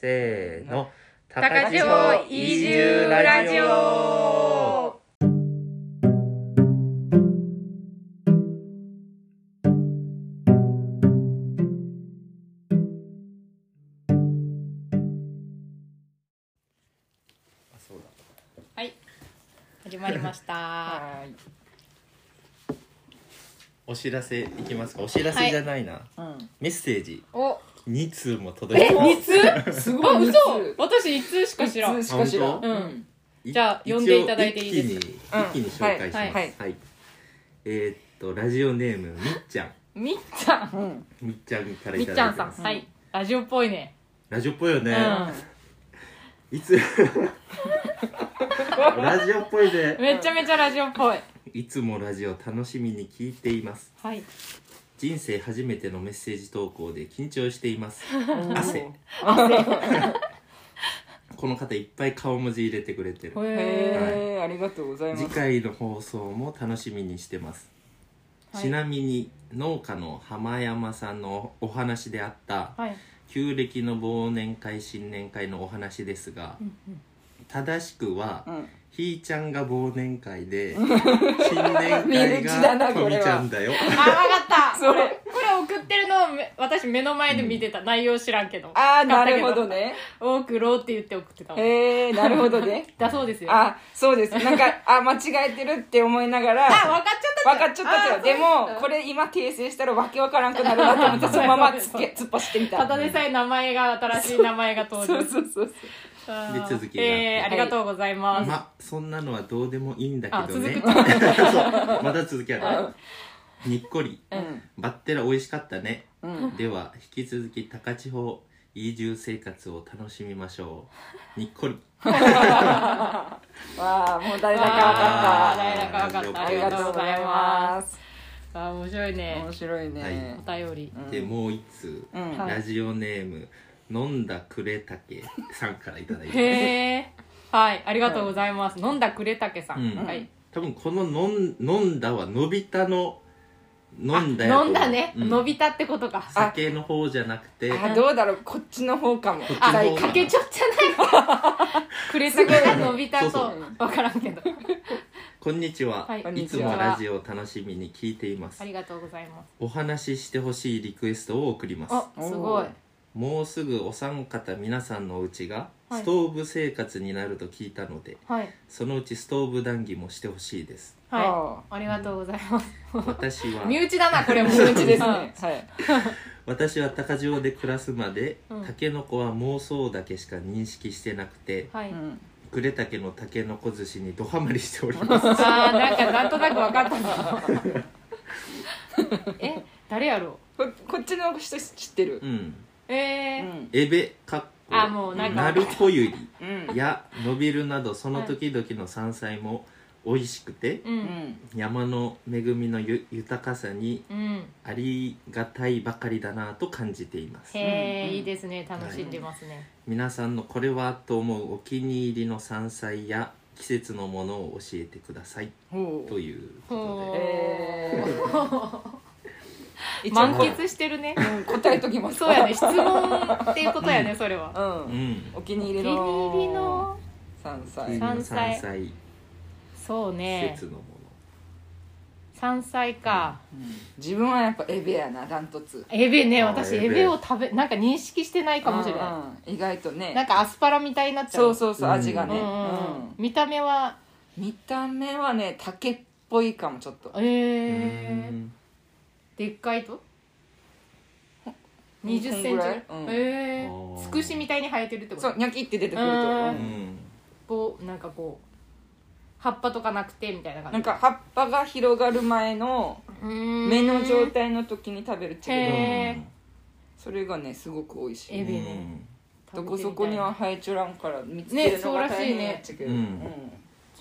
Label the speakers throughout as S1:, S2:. S1: せーの。
S2: 高千穂移住ラジオ
S1: あそうだ
S2: 始まりました
S3: はい、
S1: お知らせいきますかお知らせじゃないな、
S3: うん、
S1: メッセージ
S2: お
S1: 2通も届い
S2: え
S1: てます
S2: 二通あ
S3: すごい
S2: 嘘
S3: 普通
S2: 私一通しか知らん
S3: しか知らん
S1: 本当
S2: うんじゃあ呼んでいただいていいです
S1: か一気に,、一気に紹介します、
S2: う
S1: は
S2: んはいい
S1: えーっとラジオネームみっちゃん
S2: みっちゃん
S3: うん
S1: みっちゃんから
S2: み
S1: い
S2: ったちゃ
S1: だい
S2: ん
S1: て
S2: さん
S1: ます
S2: はいラジオっぽいね
S1: ラジオっぽいよね
S2: う、ん
S1: いつ ラジオっぽいで
S2: めちゃめちゃラジオっぽい
S1: いつもラジオ楽しみに聞いています
S2: はい
S1: 人生初めてのメッセージ投稿で緊張してい ます汗この方いっぱい顔文字入れてくれてる
S2: へ
S3: へえありがとうございます
S1: 次回の放送も楽しみにしてます、
S2: はい
S1: ちなみに農家の浜山さんのお話であった
S2: はい
S1: 旧暦の忘年会新年会のお話ですが、正しくは、
S3: うん
S1: ひーちゃんが忘年会 で新年会
S3: 身内だ
S1: が
S3: な
S1: と
S3: こ
S1: み
S3: れは
S1: ちゃんだよ
S2: あわかっ た
S3: そ
S2: こ
S3: う
S2: れこれ送ってるのをめ私目の前で見てた内容知らんけど
S3: ああなるほどね
S2: 多くろうって言って送ってたもん
S3: へえなるほどね
S2: だそうですよあ
S3: あそうですなんかあ間違えてるって思いながら
S2: 分かっちゃった
S3: 分かっちゃった
S2: あ
S3: よでもこれ今訂正したらわけわからんくなるなと思ってそのままつけ突っ走ってみ
S2: た
S3: た
S2: だでさえ名前が新しい名前が
S3: そう
S2: 登
S3: そ
S2: 場
S3: うそうそう
S2: あー
S1: で続きが
S2: えー、ありがとうございます、
S1: まそんなのはどうでもいいんだけどね
S2: あ
S1: そうまた続きあるにっこり
S3: うん
S1: バッテラ美味しかったね
S3: うん
S1: では引き続き高千穂移住生活を楽しみましょうにっこり
S3: わあもう誰だかわ
S2: あ
S3: か
S2: ー誰だかわかっ
S3: った
S2: た
S3: あ
S2: あ
S3: り
S2: り
S3: が
S2: が
S3: と
S2: と
S3: う
S2: う
S3: ご
S2: ご
S3: ざ
S2: ざ
S3: い
S2: い
S3: ま
S2: ますあー面白いね
S3: 面白い
S1: はい
S3: ね
S2: お便り、
S1: でもう一通、
S3: うん
S2: はい
S1: ラジオネーム飲んだくれたけさんからいただいて
S2: へえはいありがとうございます、飲んだくれたけさん、
S1: うん
S2: はい
S1: 多分この飲ん「飲んだ」はのび太の「飲んだやと思う」
S2: 飲んだね、
S1: う
S2: 伸びたってことかあ
S1: 酒の方じゃなくて
S3: あどうだろうこっちの方かも
S1: こっちの
S2: あ
S1: 方
S3: 大
S2: かけちょっじゃないくれたけが伸びた
S1: そ
S2: と
S1: う
S2: 分からんけど
S1: 「こんにちは、
S2: はいい、
S3: こんに
S1: つ
S3: ち
S1: も
S3: は
S1: ラジオ楽しみに聞いています
S2: ありがとうございます
S1: お話ししてほしいリクエストを送ります
S2: あすごい
S1: もうすぐお三方皆さんのお家が
S2: はい
S1: ストーブ生活になると聞いたので、
S2: はい
S1: そのうちストーブ談義もしてほしい です
S2: はい
S3: は
S2: ありがとうございます
S1: 私
S2: 身
S1: は
S2: 内だなこれも
S3: い身内ですね
S2: うん
S3: はい
S1: 私は高千穂で暮らすまで、
S2: うん
S1: タケノコは妄想だけしか認識してなくて
S2: はい、
S3: うん
S1: 呉竹のタケノコ寿司にドハマりしており ます
S2: あーなんかなんとなく分かったぞえ誰やろ
S3: ここっちの人知ってる
S1: うん
S2: うえ
S3: う
S2: ー
S3: ん
S1: エベかっこ
S2: あもうなんか
S1: なるこゆり
S3: うん
S1: やのびるなどその時々の山菜も美味しくて、
S3: う
S2: う
S3: んん
S1: 山の恵みのゆ豊かさに
S2: うん
S1: ありがたいばかりだなと感じています
S2: へ
S3: う
S2: え
S3: ん
S2: いいですね楽しんでますね
S1: 皆さんのこれはと思うお気に入りの山菜や季節のものを教えてください
S3: ほう
S1: というこ
S2: ほ
S1: と
S3: うえ
S2: う満喫してるね
S3: うん答えときます
S2: そうやね質問っていうことやねそれは
S3: う
S1: でうんん
S3: お気に
S2: お
S3: 入
S2: 気
S3: りの
S2: に入りの
S3: 山
S1: お気に
S3: 菜
S1: 入りの山
S2: 山
S1: 菜
S2: そう
S1: 季
S2: ね
S1: 節のも
S2: 山菜か
S3: 自分はやっぱエビやなダントツ
S2: エベね
S1: あ
S2: 私
S1: エベ
S2: エベを食べなんか認識してないかもしれな
S3: うん意外と
S2: いなん
S3: ね
S2: かアスパラみたいになっちゃう
S3: そうそうそう味が
S2: う
S3: ね
S2: んうんうん見た目は
S3: うん見た目はね竹っぽいかもちょっと
S1: の
S2: え
S1: う
S2: ー
S1: ん
S2: でっかいと20セ
S3: こん
S2: ンチぐ
S3: ぐ
S2: ら
S3: らい
S2: い
S3: うん
S1: あ
S2: え
S1: ー
S2: ーつくしみたいに生えてるってこ
S3: そ
S2: と
S3: うニョキって出てくると
S2: うん
S3: うん
S2: こうなんかこう葉っぱとかなくてみたいな感じ
S3: なんか葉っぱが広がる前の目
S2: 目
S3: の状態の時に食べるチ
S2: へ
S3: ゲ
S2: ー
S3: それがねすごく美味し
S2: エ
S3: い
S2: ビね
S3: どこそこには生えちょらんから見つけるのが大変やっちゃけど、
S1: ね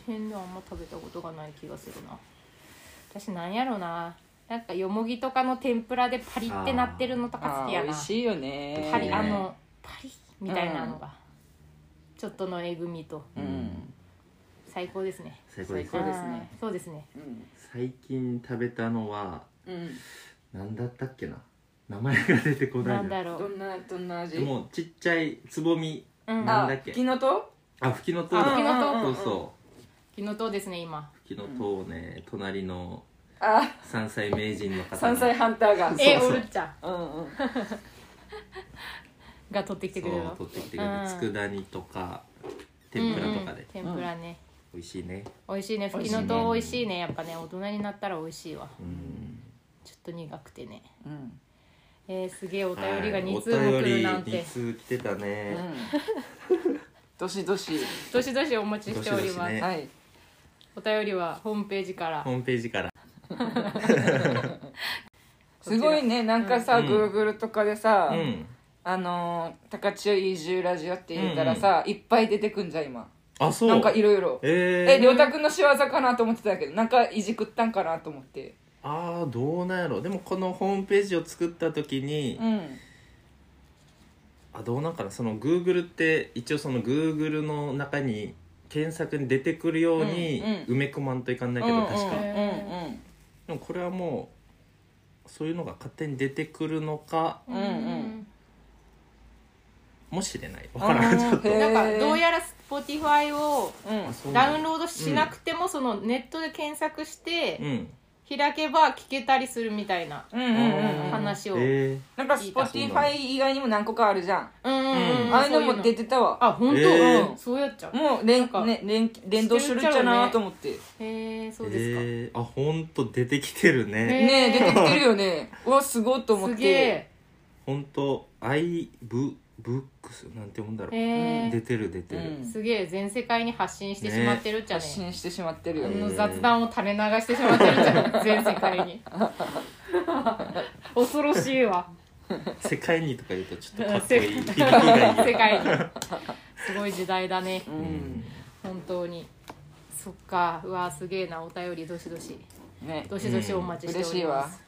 S2: 変なあんま食べたことがない気がするな私なんやろななんかよもぎとかの天ぷらでパリってなってるのと
S3: あ
S2: か好
S3: ー
S2: きや
S3: 美
S2: な
S3: 味しいよね
S2: パリ
S1: ね
S2: あのパリみたいなのが、ちょっとのえぐみと
S3: う
S1: うん
S3: ん
S2: 最高ですね
S1: 最高です
S3: そうですね
S2: あーそうですね
S3: うん
S1: 最近食べたのは
S3: うん
S1: 何だったっけな名前が出てこな
S2: ないん
S1: な
S2: だろ
S3: ど
S2: うん
S3: などんな味
S1: でもちっちゃいつぼみ
S2: うん
S1: な
S2: あ
S1: んだっけ
S3: あフキノト
S1: あフキノトウ
S3: ウ
S1: だ
S2: あフキノト
S1: そう
S3: うんうん
S1: そ
S3: うん
S1: う
S2: 昨日とですね今
S1: フキノトウね隣の
S3: あ
S1: 山菜名人の方が
S3: 山菜ハンターが
S1: そう
S2: えおるちゃん
S3: うんうん
S2: が取ってきてくれる
S1: そう取ってきてくれる
S2: うん
S1: 佃煮とか天ぷらとかで
S2: うんうん天ぷらね
S1: 美味しいね
S2: 美味しいねふきのとう美味しいねやっぱね大人になったら美味しいわ
S1: うん
S2: ちょっと苦くてね
S3: うん
S2: えー、すげえお便りが
S1: はい
S2: 2通も来るなん
S1: お便り
S2: て
S1: 2通来てた
S3: う
S1: ね
S3: んどしどし
S2: どしどしお待ちしており
S1: どしど
S2: ます
S1: しね
S3: はい
S2: お便りはホームページから
S1: ホームページから
S2: こちら
S3: すごいねなんかさ
S1: うん
S3: グーグルとかでさ
S1: うん
S3: あのー高千代移住ラジオって入れたらさいっぱい出てくんじゃん今
S1: あそう
S3: なんかいろいろえ
S1: えー
S3: りょうたくんの仕業かなと思ってたけどなんかいじくったんかなと思って
S1: あーどうなんやろでもこのホームページを作った時に
S3: うん
S1: あどうなんかなその Google って一応その Google の中に検索に出てくるように
S3: うん
S1: 埋め込まんといかんないけ
S3: う
S1: ど
S3: ん
S1: 確か
S3: うん
S1: でもこれはもうそういうのが勝手に出てくるのか
S3: うんうん
S1: もしれないわ
S3: うんう
S1: か
S3: ん
S1: らんちょっ
S3: へ
S1: と
S3: ー
S2: なんかどうやら Spotify を
S3: うん
S1: あそう
S2: ダ
S1: な
S2: ウン
S1: んだ
S2: ロードしなくてもそのネットで検索して
S1: うん
S2: 開けば聞けたりするみたいな
S3: うんうんうんうん
S2: 話を
S1: え
S3: なんか
S2: 聞いた
S3: Spotify 以外にも何個かあるじゃん
S2: うんうんうん
S3: ああいうの
S2: そ
S3: も出てたわ
S2: あ本当、
S1: えー
S2: うんそうやっちゃう
S3: もう連
S2: か
S3: ね連連動するんじゃなと思って
S2: へえ
S1: ー
S2: そうですか、
S1: えーあ本当出てきてるね
S2: ね
S3: ね
S2: え
S3: え出てきてるよねうわすごいと思っ
S2: す
S3: て
S2: げえ
S1: 本当アイブブックスなんて読んだろ
S2: へ
S1: う
S2: え
S1: 出てる出てる、
S3: うん
S2: すげえ全世界に発信してしまってるっちゃね
S3: 発信してしまってるよ
S2: あ
S3: ね
S2: の雑談を垂れ流してしまってるっちゃ 全世界に恐ろしいわ
S1: 世界にとか言うとちょっとか
S2: 世
S1: っこいい響きがいい
S2: 世界にすごい時代だね
S3: うん
S2: 本当にそっかうわすげえなお便りどしどし
S3: ね
S2: どしどしお待ちしております、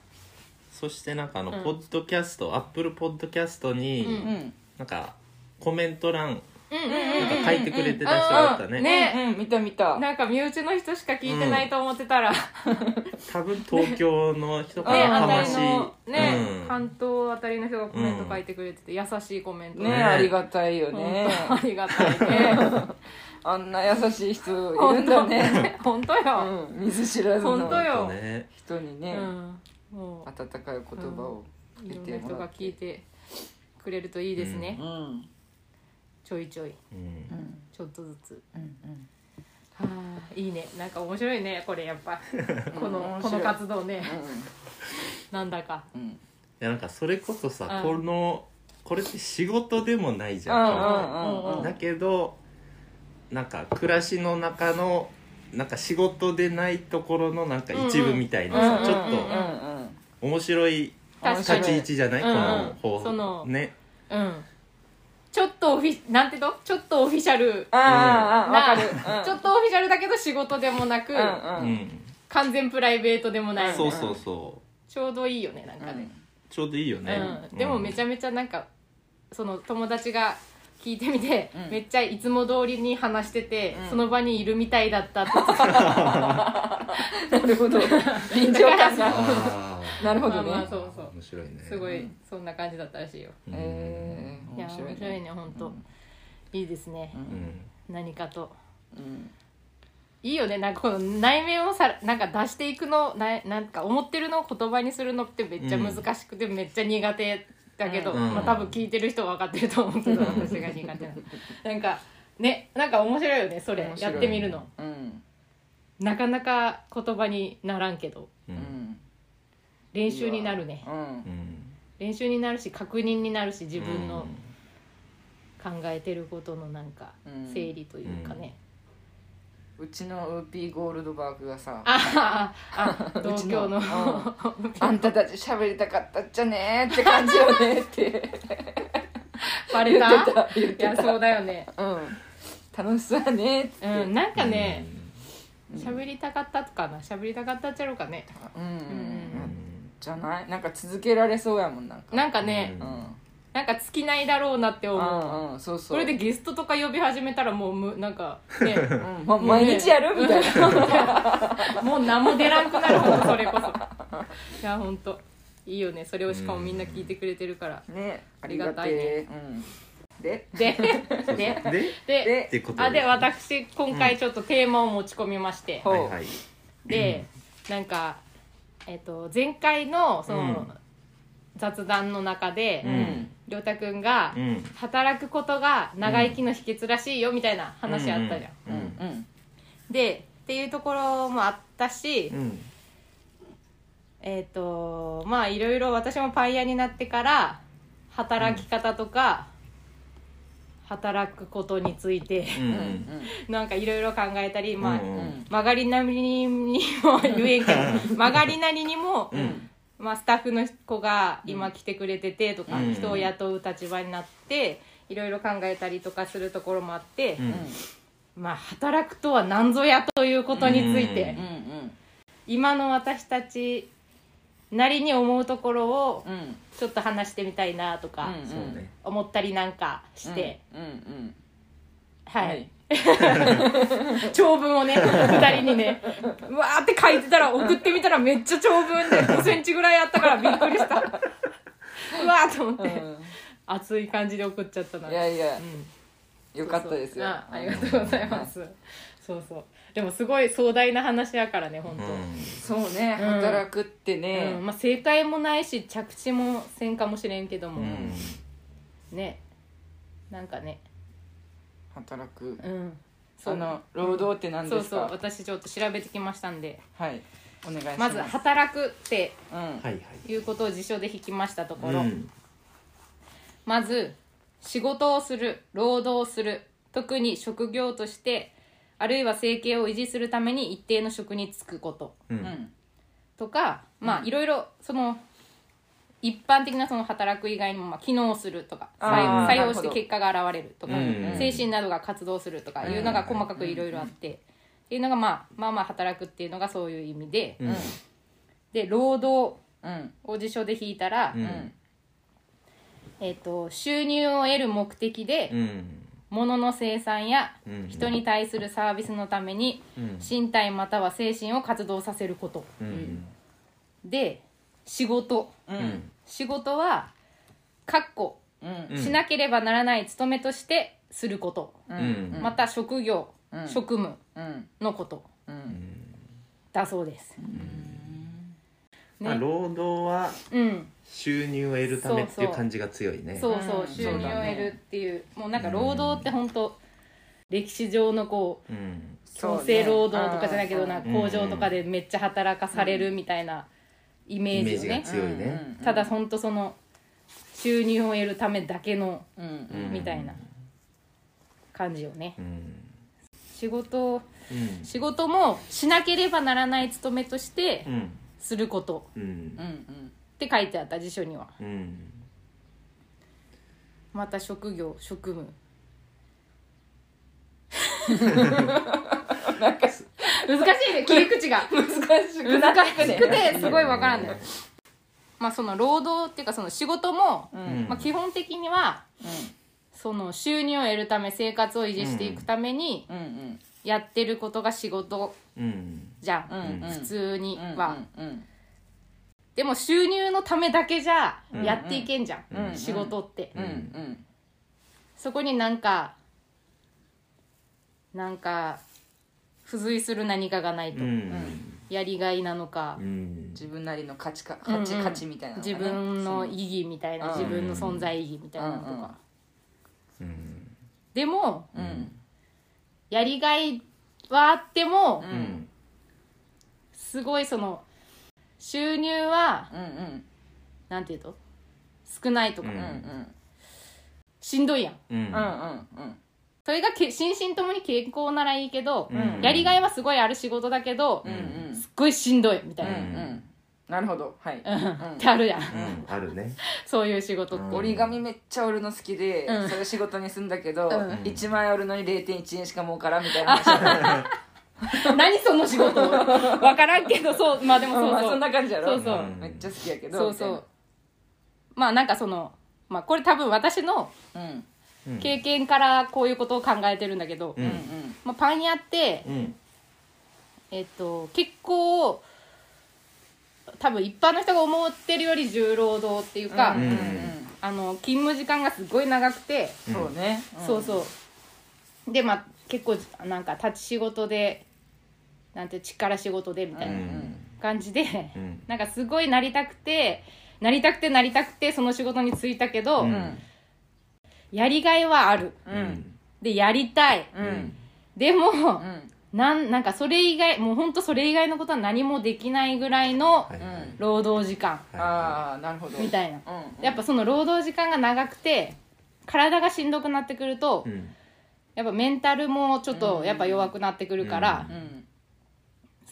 S1: そしてなんかあの、
S2: うん
S1: ポッドキャストアップルポッドキャストに、
S2: うん
S3: うん
S1: なんかコメント欄
S2: うんうんうん
S1: なんか書いてくれてた人だったね,、
S2: うんね
S3: うん見た見た
S2: なんか身内の人しか聞いてないと思ってたら、
S1: 多分東京の人か
S2: ね、
S1: ら
S2: あ
S1: か
S2: た
S1: ま
S2: り
S1: し、
S2: のね、
S1: うん、
S2: 関東あたりの人がコメント書いてくれてて、優しいコメント
S3: ね
S2: ね
S1: ね
S3: ありがたいよね
S2: 本当ありがたいね
S3: あんな優しい人いる
S2: 本
S3: ん
S2: 当
S3: だね
S2: 本当
S3: う
S2: よ、
S3: ん見ず知らず
S2: 本当
S3: の
S1: そう
S2: よ、
S1: ね
S3: 人に
S2: う
S3: ね
S2: ん、も
S3: 温かい言葉を
S2: うい
S3: 言っ
S2: ろん
S3: て
S2: な人
S3: もら
S2: が
S3: って
S2: 聞いてくれるといいですね、
S3: うんうん
S2: ちょいちょい
S1: うん
S2: ちょっとずつ
S3: うん
S2: はあいいねなんか面白いねこれやっ ぱこの
S3: 面
S2: こ
S3: 白
S2: の
S3: い
S2: 活動ねなんだか
S3: うんうん
S1: いやなんかそれこそさ、
S2: うん
S1: このこれって仕事でもないじゃ、
S3: うんんうんうん
S1: だけどなんか暮らしの中のなんか仕事でないところのなんか一部みたいなさ、
S2: うんうん
S1: ちょ
S2: うんうん
S1: っと面白い
S2: 確か
S1: 立ち
S2: に
S1: 位置じゃない、
S2: うんうん
S1: この方
S2: その
S1: ね
S2: うんちょっとオフィなんてとちょっとオフィシャル
S3: ああ
S2: な
S3: わかるうん
S2: ちょっとオフィシャルだけど仕事でもなく、
S3: うん
S1: う
S3: うん
S1: ん、
S2: 完全プライベートでもない、
S1: そうそうそ
S2: ちょうどいいよねなんかね、
S1: うちょうどいいよ
S2: うん
S1: ね、
S2: でもめち
S1: ゃ
S2: ゃめちゃなんかその友達が聞いてみて、
S3: うん
S2: めっちゃいつも通りに話してて、
S3: うん
S2: その場にいるみたいだったって
S3: なるほど臨場感
S2: だ
S3: が なるほどね
S2: まあまあそうそう
S1: 面白いね
S2: すごい、
S3: うん
S2: そんな感じだったらしいよ、
S1: うん
S3: えー
S2: いや面白いねほんと、いいですね
S3: う、
S1: うんん
S2: 何かと
S3: うん
S2: いいよねなんかこの内面をさなんか出していくのななんか思ってるのを言葉にするのってめっちゃ難しくて、めっちゃ苦手だけど、
S1: うん
S2: まあ、多分聞いてる人は分かってると思うけど、
S1: うん
S2: 私が苦手なのなんかねなんか面白いよねそれ
S3: 面白
S2: や
S3: い
S2: ってみるの
S3: うん
S2: なかなか言葉にならんけど
S1: う
S3: うんん
S2: 練習になるね
S3: うん
S1: うん
S2: 練習になるし確認になるし自分
S1: う
S2: の
S1: ん
S2: 考えてることのなんか
S3: うん
S2: 整理というかね、
S3: うちのウーピーゴールドバーグがさ
S2: ああああ同郷の
S3: うちあんたたち喋りたかったっちゃねーって感じよね って
S2: バレた
S3: 言ってた言って
S2: いや
S3: た
S2: そうだよね
S3: うん楽しそうやねーって
S2: うんなんかね、
S3: うん
S2: 喋りたかったとかな喋りたかったっちゃろうかね
S3: うんうん
S1: う
S3: うん
S1: ん
S3: じゃないなんか続けられそうやもんなんか
S2: なんかね、
S1: う
S3: うん
S2: なんか尽きないだろうなって
S3: う
S2: 思う、
S3: んうんそうそう
S2: それでゲストとか呼び始めたらもうむなんか ね
S3: うんま毎日やるみたいな
S2: もう何も出らんくなるほどそれこそいやほんといいよねそれをしかもみんな聞いてくれてるから
S3: ね
S2: ありがたいね
S3: ありがてえうん、で
S2: で
S1: そう
S2: で
S1: そうで
S2: で
S1: ってこと
S2: あで私今回ちょっとテーマを持ち込みまして、
S3: ほ
S1: は
S3: う
S1: いはい
S2: でなんか、えっと前回のその、
S1: うん
S2: 雑談の中で
S1: うん
S2: りょうたくんが、
S1: うん
S2: 働くことが長生きの秘訣らしいよみたいな話あったじゃん、
S1: うん
S3: うんうん
S2: でっていうところもあったし、
S1: うん
S2: えっ、とまあいろいろ私もパイヤになってから働き方とか、働くことについて
S1: う
S3: うんん
S2: なんかいろいろ考えたり、まあ
S1: うん
S3: うん
S2: 曲がりなりにも言えん けど曲がりなりにも、
S1: うんうん
S2: まあ、スタッフの子が今来てくれててとか、
S1: うん
S2: 人を雇う立場になっていろいろ考えたりとかするところもあって、
S1: うん
S2: まあ働くとは何ぞやということについて。
S1: うん
S3: うんうん
S2: 今の私たちなりに思うところを
S3: うんうん
S2: ちょっと話してみたいなとか
S3: うん
S1: そうね
S2: 思ったりなんかして、
S3: うんうん
S2: はい、 長文をね2人 にねうわーって書いてたら送ってみたらめっちゃ長文で5センチぐらいあったからびっくり したうわーと思って、
S3: う
S2: 熱い感じで送っちゃったなん
S3: いやいや
S2: うん
S3: よかったですよ
S2: あありがとうございます、そうそうでもすごい壮大な話やからね本当、
S3: そうね
S2: うん
S3: 働くってね
S2: うんまあ、正解もないし着地もせんかもしれんけども、
S1: うん
S2: ねなんかね
S3: 働く
S2: うん
S3: その労働って何
S2: そう
S3: です
S2: そう
S3: か
S2: 私ちょっと調べてきましたんで
S3: はいお願いしま
S2: ますず働くって
S3: うん
S1: はいはい
S2: いうことを辞書で引きましたとこ
S1: う
S2: ろ、
S1: ん
S2: まず仕事をする労働をする特に職業としてあるいは生計を維持するために一定の職に就くこと
S1: う
S3: うんん
S2: とかま
S3: う
S2: あ
S3: ん
S2: いろいろその一般的なその働く以外にもまあ機能するとか
S3: あ
S1: ーな
S2: 採用
S3: るほ
S2: し
S3: ど
S2: て結果が現れると
S1: う
S2: か、
S1: ん
S2: 精神などが活動するとかいうのが細かくいろいろあって、っていうのが、まあ、まあまあ働くっていうのがそういう意味で、
S1: うん
S2: で労働
S3: うん
S2: を辞書で引いたら、
S1: うん
S3: うん
S2: えっと収入を得る目的で、
S1: うん
S2: 物の生産や
S1: うん
S2: 人に対するサービスのために
S1: うん
S2: 身体または精神を活動させること
S1: うん
S2: で仕事
S3: う
S1: うんん
S2: 仕事はかっこ
S3: うん
S1: うん
S2: しなければならない務めとしてすること、
S1: うん
S2: また職業、
S3: うん
S2: 職務
S3: うん
S2: のこと
S3: うん
S2: だそうです、
S1: まあ
S2: ね
S1: 労働は
S2: うん
S1: 収入を得るためっていう感じが強いね
S2: そうそう、
S3: うん
S2: 収入を
S1: そうだ
S2: 得
S1: ね
S2: るっていうもうなんか労働って本当歴史上のこう
S1: うん
S2: 強制労働とかじゃないけど、
S3: そうね
S2: なんか
S1: うん
S2: 工場とかでめっちゃ働かされるみたいなイメ
S1: イメ
S2: ー
S1: ー
S2: ジ
S1: ジ
S2: よ
S1: が
S2: ね、
S1: 強いね
S2: ただ本当その収入を得るためだけの
S3: うんうん
S1: うん
S2: みたいな感じよね
S1: うん
S2: 仕事を
S1: うん
S2: 仕事もしなければならない務めとして
S1: うん
S2: すること
S1: うん
S3: うんうん
S2: って書いてあった辞書には
S1: うん
S2: また職業職務なんか難しいね切り口が
S3: 難しくな
S2: 難
S3: って
S2: しくてすごいわからんねまあその労働っていうかその仕事も、
S1: ん
S2: まあ、基本的にはその収入を得るため生活を維持していくために
S3: うんうん
S2: やってることが仕事
S1: うん
S2: じゃん、
S3: うんうん
S2: 普通に
S3: うん
S2: は、
S3: うん
S2: でも収入のためだけじゃ
S1: うん
S2: やっていけんじゃん、
S1: うん
S2: 仕事って、
S3: うんうん
S2: そこになんかなんか付随する何かがないと、
S1: うん
S2: やりがいなのか、
S1: うん
S3: 自分なりの価値か
S2: うんう
S3: 価
S2: ん
S3: 値価値みたいなのがね
S2: 自分の意義みたいな
S3: うん
S2: 自分の存在意義みたいなのとか、
S3: うんう
S1: う
S3: ん
S1: ん
S2: でも
S3: うん
S2: やりがいはあっても、
S3: う
S1: うんん
S2: すごいその収入は
S3: うんうん
S2: なんていうと少ないとか、
S1: うん
S3: うんうん
S2: しんどいやん
S1: うん
S3: うんうんうん
S2: それがけ心身ともに健康ならいいけど、
S1: うん
S2: やりがいはすごいある仕事だけど、
S3: うんうん
S2: すっごいしんどいみたいな、
S3: うんうんなるほどはい
S2: ってあるやん、
S1: うんあるね
S2: そういう仕事って、
S1: うん
S3: 折り紙めっちゃ折るの好きで、
S2: うん
S3: それ仕事にすんだけど、
S2: うん
S3: 一1枚折るのに0.1円しか儲からんみたい な話
S2: 何その仕事わからんけどそうまあでもそう
S3: まあ
S2: そう
S3: そんな感じやろ
S2: そうそう
S1: うん
S3: めっちゃ好きやけど
S2: そうそうまあなんかそのまあこれ多分私の
S3: みたいなうん
S1: うん
S2: 経験からこういうことを考えてるんだけど、
S1: う
S3: うん
S1: ん
S2: まあ、パン屋って、
S1: うん
S2: えっと、結構多分一般の人が思ってるより重労働っていうか、
S1: うん
S2: あの勤務時間がすごい長くて、
S1: うん
S3: そうね、
S2: そうそうでまあ結構なんか立ち仕事でなんて力仕事でみた
S1: う
S2: いなん感じで、
S1: うん
S2: なんかすごいなりたくてなりたくてなりたくてその仕事に就いたけど、
S1: うん
S2: やりがいはある
S3: うんうん
S2: でやりたい
S3: うんうん
S2: でも、
S3: うん
S2: なんなんかそれ以外もうほんとそれ以外のことは何もできないぐらいの
S1: はい
S3: うん
S2: 労働時間
S1: は
S3: ああなるほど
S2: みたいな、
S3: うんうん
S2: やっぱその労働時間が長くて体がしんどくなってくると、
S1: いうん
S2: やっぱメンタルもちょっとやっぱ弱くなってくるから
S3: う、ん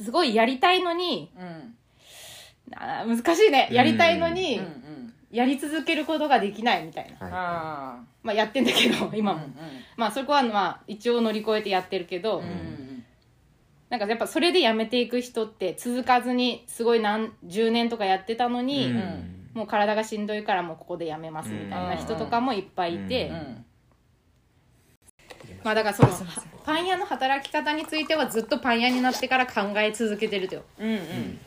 S2: すごいやりたいのに
S3: うん
S2: あー難しいねやりたいの
S3: う
S2: に、
S3: んうん
S2: やり続けることができないみたいな、
S1: はい
S3: あ
S2: まあ、やってんだけど
S3: あ
S2: 今も、まあそこはまあ一応乗り越えてやってるけど、
S3: うんうん
S2: なんかやっぱそれでやめていく人って続かずにすごい何十年とかやってたのに、
S1: うん
S2: もう体がしんどいからもうここでやめますみたいな人とかもいっぱいいて、
S1: うん
S3: うん
S2: まあだからそのパン屋の働き方についてはずっとパン屋になってから考え続けてるとよ
S3: うんうん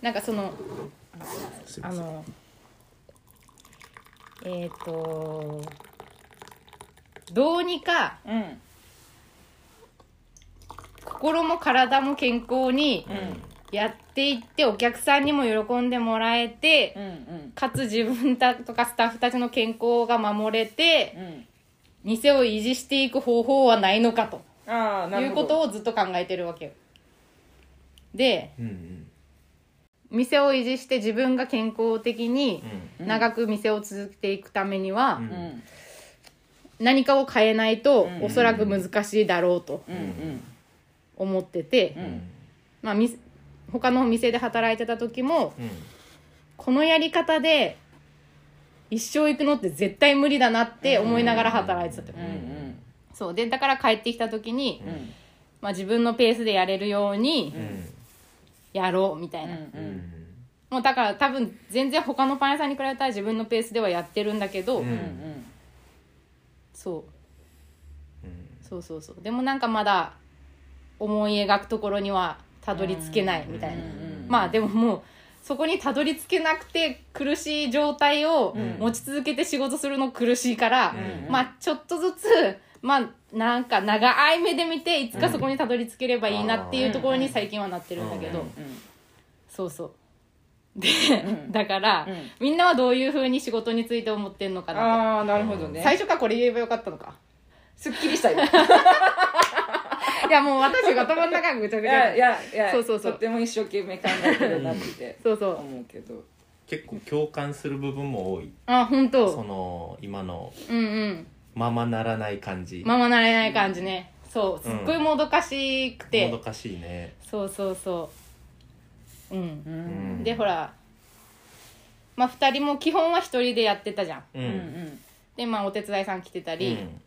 S2: なんかその
S1: すい
S2: あ
S1: ません
S2: のえっ、とどうにか
S3: うん
S2: 心も体も健康にやっていってお客さんにも喜んでもらえて
S3: うんうん
S2: かつ自分たとかスタッフたちの健康が守れて
S3: うん
S2: 店を維持していく方法はないのかと
S3: ああな
S2: いう
S3: る
S2: こ
S3: ほ
S2: と
S3: ど
S2: をずっと考えてるわけよで
S1: うんうん
S2: 店を維持して自分が健康的に長く店を続けていくためには、
S1: うん
S3: うん
S2: 何かを変えないと、
S3: うん
S2: おそらく難しいだろうと
S3: うんうん
S2: 思ってて、
S3: うん
S2: まあ、み他のお店で働いてた時も
S1: うん
S2: このやり方で一生行くのって絶対無理だなって思いながら働いてたと、
S3: うんうん
S2: そうでだから帰ってきた時に、
S3: うん
S2: まあ、自分のペースでやれるように
S1: うん
S2: やろうみたいな、
S3: うんう
S1: うん
S3: ん
S2: もうだから多分全然他のパン屋さんに比べたら自分のペースではやってるんだけど、
S1: うん
S3: うんうん
S2: そう
S1: うん
S2: そうそうそうでもなんかまだ思い描くところにはたどり着けないみたいな、
S3: うん
S2: まあでももうそこにたどり着けなくて苦しい状態を
S1: うん
S2: 持ち続けて仕事するの苦しいから、
S1: うん
S2: まあちょっとずつまあなんか長い目で見ていつかそこにたどり着ければいいなっていうところに最近はなってるんだけど、
S1: うん
S2: そうそう
S3: うん
S2: だから、
S3: うん
S2: みんなはどういうふうに仕事について思ってんのかなって
S3: ああなるほどね
S2: 最初からこれ言えばよかったのか
S3: すっきりした よ
S2: いやもう私が頭の中がぐちゃ
S3: い
S2: ぐちゃ
S3: やいやいや
S2: そうそうそう
S3: とっても一生懸命考えてるなって
S2: そう そう
S3: 思うけど
S1: 結構共感する部分も多い
S2: あ本当
S1: その今の
S2: うんうん
S1: ままならない感じ
S2: ままなれない感じね、そうす
S1: う
S2: っ
S1: ん
S2: ごいもどかしくて、
S1: もどかしいね
S2: そうそうそううん、
S3: うん
S2: でほらまあ2人も基本は1人でやってたじゃん
S1: う
S3: うんん
S2: でまあお手伝いさん来てた
S1: う
S2: り、
S1: ん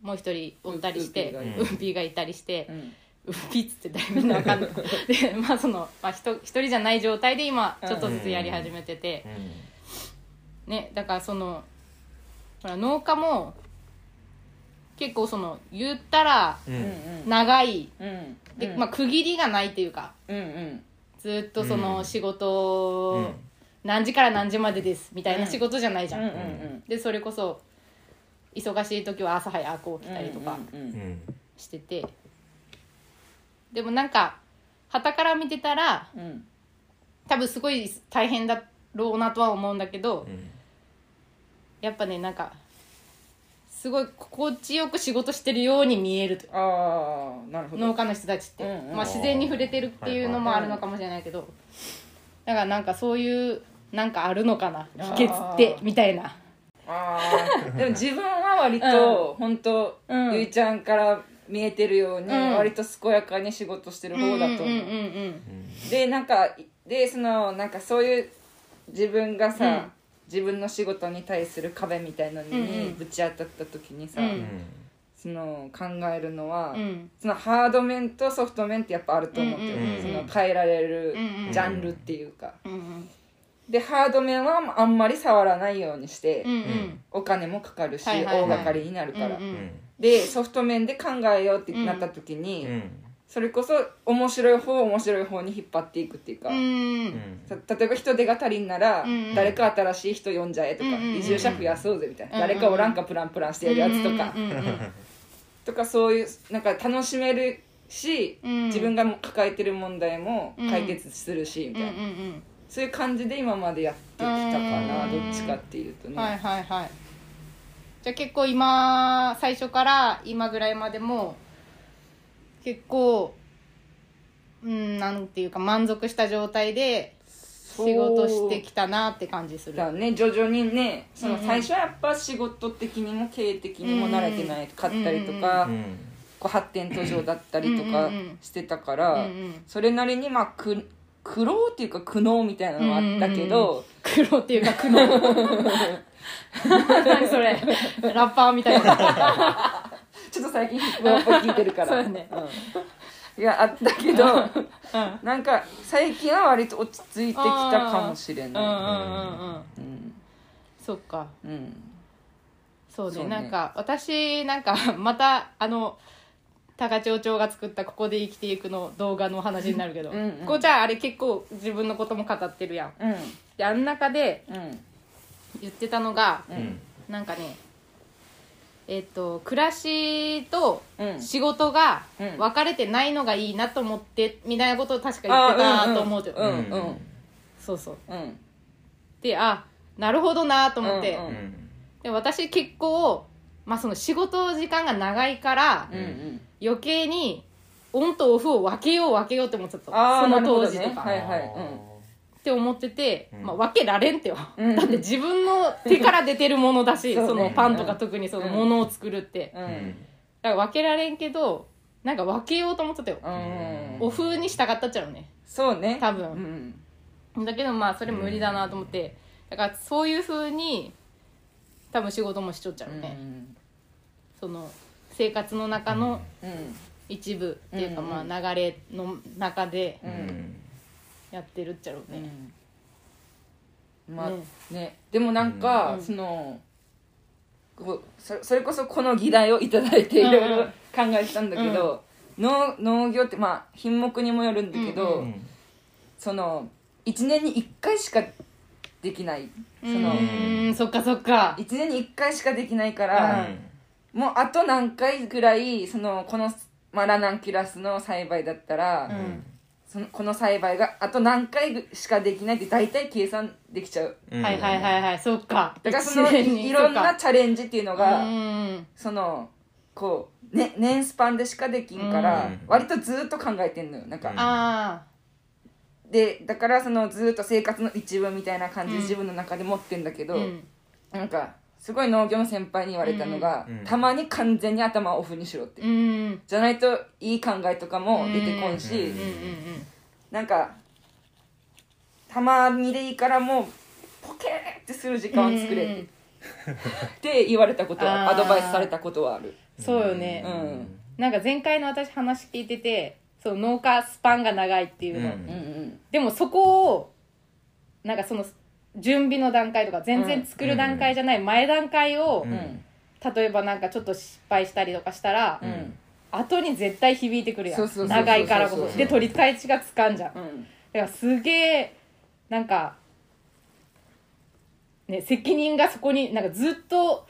S2: もう1人おったりして
S3: ウ
S2: ウ
S1: ピ
S3: ッ
S1: ーが
S2: ッピーがいたりして
S3: う、ん
S2: ウッピーっつってたらみんな わかんないでまあその、まあ、1, 人じゃない状態で今ちょっとずつやり始めてて、
S1: うん
S2: ねだからそのほら農家も結構その言ったら
S1: うんう
S3: うん
S1: ん
S2: 長い、
S3: うんうん
S2: でまあ、区切りがないっていうか
S3: うんうん
S2: ずっとそうの
S1: ん
S2: 仕事
S1: う
S2: を
S1: ん
S2: 何時から何時までですみたいな
S3: うん
S2: 仕事じゃないじ
S3: う
S2: ゃん、
S3: んうん
S2: でそれこそ忙しい時は朝早く起きたりとか
S3: う
S1: うんん
S2: してて、でもなんか傍から見てたら
S3: うん
S2: 多分すごい大変だろうなとは思うんだけど、やっぱねなんかすごい心地よく仕事してるように見えると
S3: ああなるほど
S2: 農家の人たちって、
S3: うんうん
S2: まあ、自然に触れてるっていうのもあるのかもしれないけど、だからなんかそういうなんかあるのかな
S3: あー
S2: 秘訣ってみたいな
S3: あーでも自分は割と本当、
S2: うん
S3: ゆいちゃんから見えてるように
S2: うん
S3: 割と健やかに仕事してる方だと思う,、
S2: うんうんうん
S3: でなんかでそのなんかそういう自分がさ、
S2: うん
S3: 自分の仕事に対する壁みたいの
S2: うんう
S3: に
S2: ん
S3: ぶち当たった時にさ、
S2: う
S1: うんん
S3: その考えるのは、
S2: うんうん
S3: そのハード面とソフト面ってやっぱあると思ってる、
S2: うん
S1: うんうん
S3: その変えられる
S2: うんうん
S3: ジャンルっていうか、
S2: うんうん
S3: でハード面はあんまり触らないようにして、
S2: うん
S3: お金もかかるし、
S2: はいはいはい
S3: 大掛かりになるから、
S2: うんうん
S3: でソフト面で考えようってなった時に、
S1: うん
S3: それこそ面白い方面白い方に引っ張っていくっていうか、
S1: う
S2: うん
S1: ん
S3: た例えば人手が足りんなら、
S2: うんうん
S3: 誰か新しい人呼んじゃえとか、
S2: うんうんうん
S3: 移住者増やそうぜみたいな、
S2: うんうん
S3: 誰かおらんかプランプランしてやるやつとか、
S2: うんうんうんうん
S3: とかそういうなんか楽しめるし、
S2: うん
S3: 自分が抱えてる問題も解決するしみたいな、
S2: うんうん
S3: そういう感じで今までやってきたかな、
S2: うん
S3: どっちかっていうと
S2: う
S3: ね、
S2: んはいはいはいじゃあ結構今最初から今ぐらいまでも結構うんなんていうか満足した状態で仕事してきたなって感じする
S3: だからね徐々にねその最初はやっぱ仕事的にも経営的にも慣れてないかったりとか、
S1: うん
S3: こう発展途上だったりと
S2: う
S3: か
S2: んうんうん
S3: してたから、
S2: うんうん
S3: それなりにまあ苦苦労っていうか苦悩みたいなのはあったけど、
S2: 苦労っていうか苦悩 何それラッパーみたいな
S3: ちょっと最近ヒップホップ聞いてるから
S2: そうやね
S3: うんいやあったけど、なんか最近は割と落ち着いてきたかもしれ
S2: うんうん
S3: な
S2: うんうん
S3: いうん
S2: そっか
S3: うん
S2: そうね
S3: そうね
S2: なんか私なんか またあの高千穂町が作った「ここで生きていく」の動画の話になるけど
S3: うんうん
S2: こうちゃんあれ結構自分のことも語ってるやん
S3: うん
S2: であん中で
S3: うん
S2: 言ってたのが
S1: う
S3: うんん
S2: なんかねえっと暮らしと
S3: うん
S2: 仕事が
S3: うん
S2: 分かれてないのがいいなと思ってみたいなことを確か言ってたと思うけど、
S3: あうんうん
S2: そうそう
S3: うん
S2: であなるほどなと思って、
S3: うん
S1: うん
S2: で私結構、まあ、その仕事時間が長いから、
S3: うんうん
S2: 余計にオンとオフを分けよう分けようって思ってた
S3: あ
S2: そ
S3: ー
S2: の当時とか、
S3: なるほどねはいはい
S2: って思ってて、
S1: うん
S2: まあ、分けられんってよ、
S3: うん
S2: だって自分の手から出てるものだし
S3: そう
S2: そ,、
S3: ね
S2: のパンとか特にその
S3: うん
S2: ものを作るって、
S3: うんう
S1: うん
S3: ん
S2: だから分けられんけどなんか分けようと思ってたよ、
S3: うん
S2: オフに従ったっちゃうね
S3: そうね
S2: 多分
S3: うん
S2: だけどまあそれ無理だなと思って、だからそういうふうに多分仕事もしちょっちゃ
S3: う
S2: うんね、その生活の中の
S3: うん
S2: 一部っていうか、
S3: うんうん
S2: まあ流れの中で
S1: う
S3: うんん
S2: やってるっちゃろうね、
S3: うんまあ
S2: ね
S3: ねでもなんか、
S2: うん
S3: そのこうそそれこそこの議題をいただいていろい
S2: うんう
S3: ろ
S2: ん
S3: 考えてたんだけど、農農業ってまあ品目にもよるんだけど、
S1: うん
S3: その1年に1回しかできないそ
S2: その
S3: の
S2: うーんそっかそっか
S3: 1年に1回しかできないか
S1: う
S3: ら、
S1: ん
S3: もうあと何回ぐらいそのこの、まあ、ラナンキュラスの栽培だったら、
S2: うん
S3: そのこの栽培があと何回しかできないって大体計算できちゃう。
S1: うん
S2: はいはいはいはいそっか
S3: だからその
S2: 一年に
S3: いいろん
S2: そ
S3: な
S2: っか
S3: チャレンジっていうの
S2: う
S3: が
S2: ーん
S3: そのこう、ね、年スパンでしかできんから
S1: うん
S3: 割とずっと考えてんのよなんか、
S2: あ
S3: でだからそのずっと生活の一部みたいな感じ
S2: う
S3: で
S2: ん
S3: 自分の中で持ってんだけ
S2: あ
S3: ど、
S2: うん
S3: なんかすごい農業の先輩に言われたのが、
S1: うん
S3: たまに完全に頭をオフにしろって、
S2: うんうん
S3: じゃないといい考えとかも出てこんし、
S1: うん
S2: うん
S3: なんかたまにでいいからもうポケーってする時間を作れって,、
S2: うん
S3: って言われたことは
S2: あ
S3: ア
S2: ー
S3: ドバイスされたことはある。
S2: そうよね、
S3: うん
S2: なんか前回の私話聞いててその農家スパンが長いっていうの、
S1: うん
S3: うんうん
S2: でもそこをなんかその準備の段階とか全然作る段階じゃない前段階を、
S1: うん
S2: 例えばなんかちょっと失敗したりとかしたら、
S3: うん
S2: 後に絶対響いてくるや
S3: そうそ
S2: ん
S3: うそうそう
S2: 長いからこ
S3: そうそう
S2: そ
S3: そう
S2: で取り返しがつかんじゃん、
S3: う
S2: だか
S3: ん
S2: らすげえなんか、ね、責任がそこになんかずっと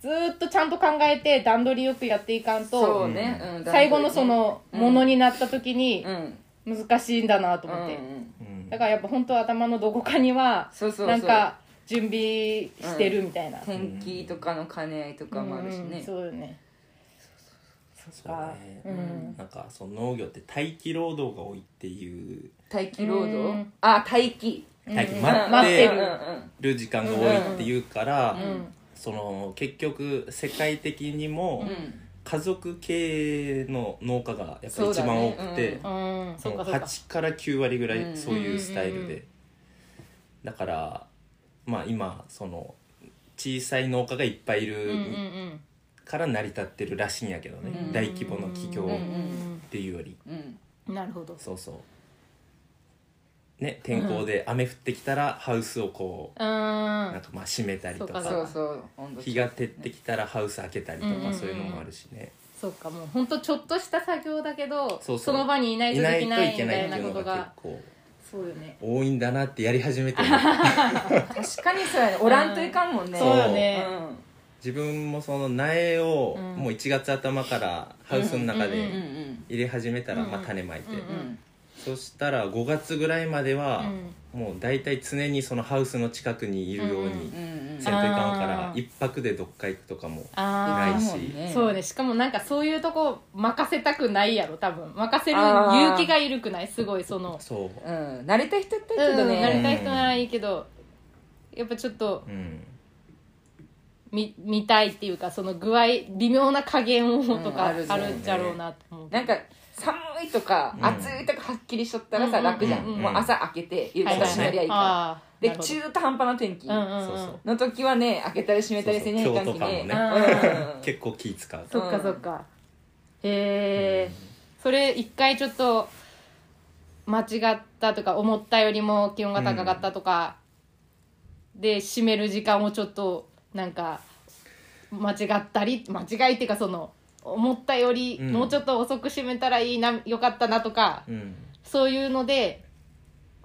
S2: ずっとちゃんと考えて段取りよくやっていかん
S3: そ
S2: と
S3: うね、うん、
S2: 最後のその
S3: うん
S2: ものになった時に
S3: うん、うん
S2: 難しいんだなと
S3: う
S2: 思って、
S3: ん、
S1: うん
S2: だからやっぱ本当頭のどこかには
S3: そうそうそう
S2: なんか準備してるみたいな、
S3: 天気とかの兼ね合いとかもあるし
S2: うん
S3: ね、
S2: そうよね
S1: そうね
S2: うん
S1: なんかその農業って待機労働が多いっていう
S3: 待機労働、
S2: うん
S3: あ待機
S1: 待機
S2: うん
S1: 待っ
S2: 待って
S1: て
S3: うん
S2: る
S1: る時間が多いっていうから、
S2: ん
S1: その結局世界的にも
S3: うんうん
S1: 家族経営の農家がやっぱ
S3: そう
S1: 一
S3: だね
S1: 番多くて、
S2: うん、そっ
S1: も
S2: か
S1: う
S2: そっか
S1: 8から9割ぐら
S3: う
S1: い
S3: ん
S1: そういうスタイルで、
S2: うんうんう
S1: だからまあ今その小さい農家がいっぱいい
S2: うんうん
S1: るから成り立ってるらしいんやけどね、
S3: うん
S1: 大規模の企業
S2: うん
S1: っ
S2: うん
S1: ていうより、
S3: うん
S2: うんなるほど
S1: そうそうね天候で雨降ってきたらハウスをこ
S2: う
S1: う、なん
S2: ん
S1: かまあ閉めたりとか
S2: そう
S3: そう
S2: か
S3: そう温度
S1: 日が照ってきたらハウス開けたりとか、
S2: うんうんうん
S1: そういうのもあるしね、
S2: そうかもうほんとちょっとした作業だけどそ
S1: そうそう
S2: の場にいないと
S1: いな
S2: で
S1: い
S2: き
S1: と
S2: ない
S1: いけ
S2: み
S1: な
S2: た
S1: い
S2: い
S1: ってい
S2: な
S1: う
S2: こ
S1: の
S2: と
S1: が
S2: が
S1: 結構
S2: そうよね
S1: 多いんだなってやり始めて る
S3: 確かにそうやねおらんといかんもんね
S2: そうよ
S3: う
S2: ね
S3: ん
S1: 自分もその苗を
S3: うん
S1: もう1月頭からハウスの中
S2: うん
S3: うんう
S1: で
S3: ん
S1: 入れ始めたら、
S2: うんうん
S1: まあ、種まいて、
S2: うんうん
S1: そしたら5月ぐらいまでは
S2: うん
S1: もう大体常にそのハウスの近くにいるよう
S2: うん
S1: に
S3: うんうん
S1: せんといかんか
S2: あ
S1: ら
S2: ー
S1: 一泊でどっか行くとかも
S2: あ
S1: な
S2: あ
S1: いし
S3: ね
S2: そうねしかもなんかそういうとこ任せたくないやろ多分任せる
S3: あー
S2: 勇気がいるくないすごいその
S1: そう
S3: うん慣れた人やった
S2: うん
S3: らいいけど
S2: なり
S3: ね
S2: たい人ならいいけどやっぱちょっと
S1: うん
S2: 見見たいっていうかその具合微妙な加減をと
S3: うんあ
S2: かあ
S3: る
S2: る
S3: じゃんね
S2: んじゃろうなと思う
S3: なんか寒いとか
S1: うん
S3: 暑いとかはっきりしとったらさ
S2: うん
S3: 楽じゃん
S2: うん
S1: うん
S3: もう朝開けて夕
S2: はい
S3: 方
S2: はい
S3: 閉めりゃいいか
S2: あー
S3: ら
S2: な
S3: で
S2: るほど
S3: 中途半端な天気
S2: うんうんうん
S1: そうそう
S3: の時はね開けたり閉めたりせにゃいかんき
S1: そうそう
S3: ね
S1: 京都
S2: 感も
S3: うんうん
S1: 結構気使う
S2: そっかそっかへえそれ一回ちょっと間違ったとか思ったよりも気温が高かったとか、で閉める時間をちょっとなんか間違ったり間違いっていうかその思ったより
S1: うん
S2: もうちょっと遅く閉めたらいいな、よかったなとか
S1: うん
S2: そういうので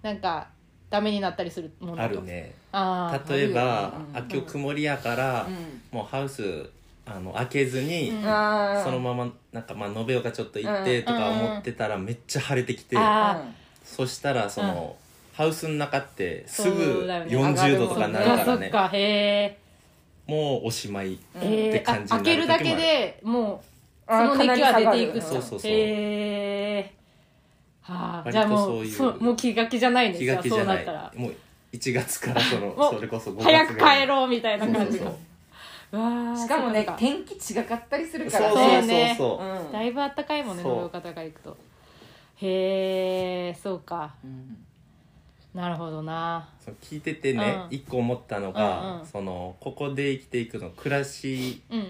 S2: なんかダメになったりするものと
S1: あるね
S2: あー
S1: 例えば
S3: う
S1: 「
S3: ん
S1: あ今日曇りやから
S3: うん
S1: もうハウスあの開けずに
S2: うん
S3: あー
S1: そのままなんかまあ延岡ちょっと行ってとか思ってたらめっちゃ晴れてきて
S2: あ
S1: そしたらそのハウスの中ってす
S2: そう
S1: ぐ
S2: だよね
S1: 40度とか
S2: ー
S1: に
S2: そ
S1: なる
S2: っか
S1: か
S2: そ
S1: ら
S2: っ
S1: ね
S2: かへえ
S1: もうおしまい
S3: うん
S2: え
S1: って
S2: ー、あ
S1: 感じ
S2: 開
S1: にな
S2: け
S1: る
S2: る
S1: 時もあ
S2: だ
S1: る
S3: あー
S2: けでもうその熱は
S3: かなり
S2: 出
S3: 下
S2: てい
S3: が
S2: く
S3: る
S1: そうそうそう
S2: へえはあ
S1: 割と
S2: じゃあも
S1: そう
S2: う
S1: いう
S2: そうもう気が気じゃないね
S1: 気が気じゃない
S2: じゃあそうなったら
S1: もう1月からその
S2: もう
S1: それこそ5月
S2: 早く
S1: ぐらい
S2: 帰ろうみたいな
S1: そうそ
S2: 感
S1: う
S2: じ
S1: そ
S2: が
S1: う
S2: うわあ
S3: しかも
S2: そう
S3: ね
S2: なん
S3: 天気違かったりす
S1: そう
S3: るから
S1: そう
S2: だ
S1: そ
S2: よ
S1: う
S2: ね
S1: そう
S3: うん
S2: だいぶ暖かいもんね
S1: そう
S2: 延岡とか行くとへえそうか
S3: うん
S2: なるほどな
S1: そう聞いててね
S2: うん
S1: 一個思ったのが、
S2: うんうん
S1: そのここで生きていくの暮らし
S2: うんう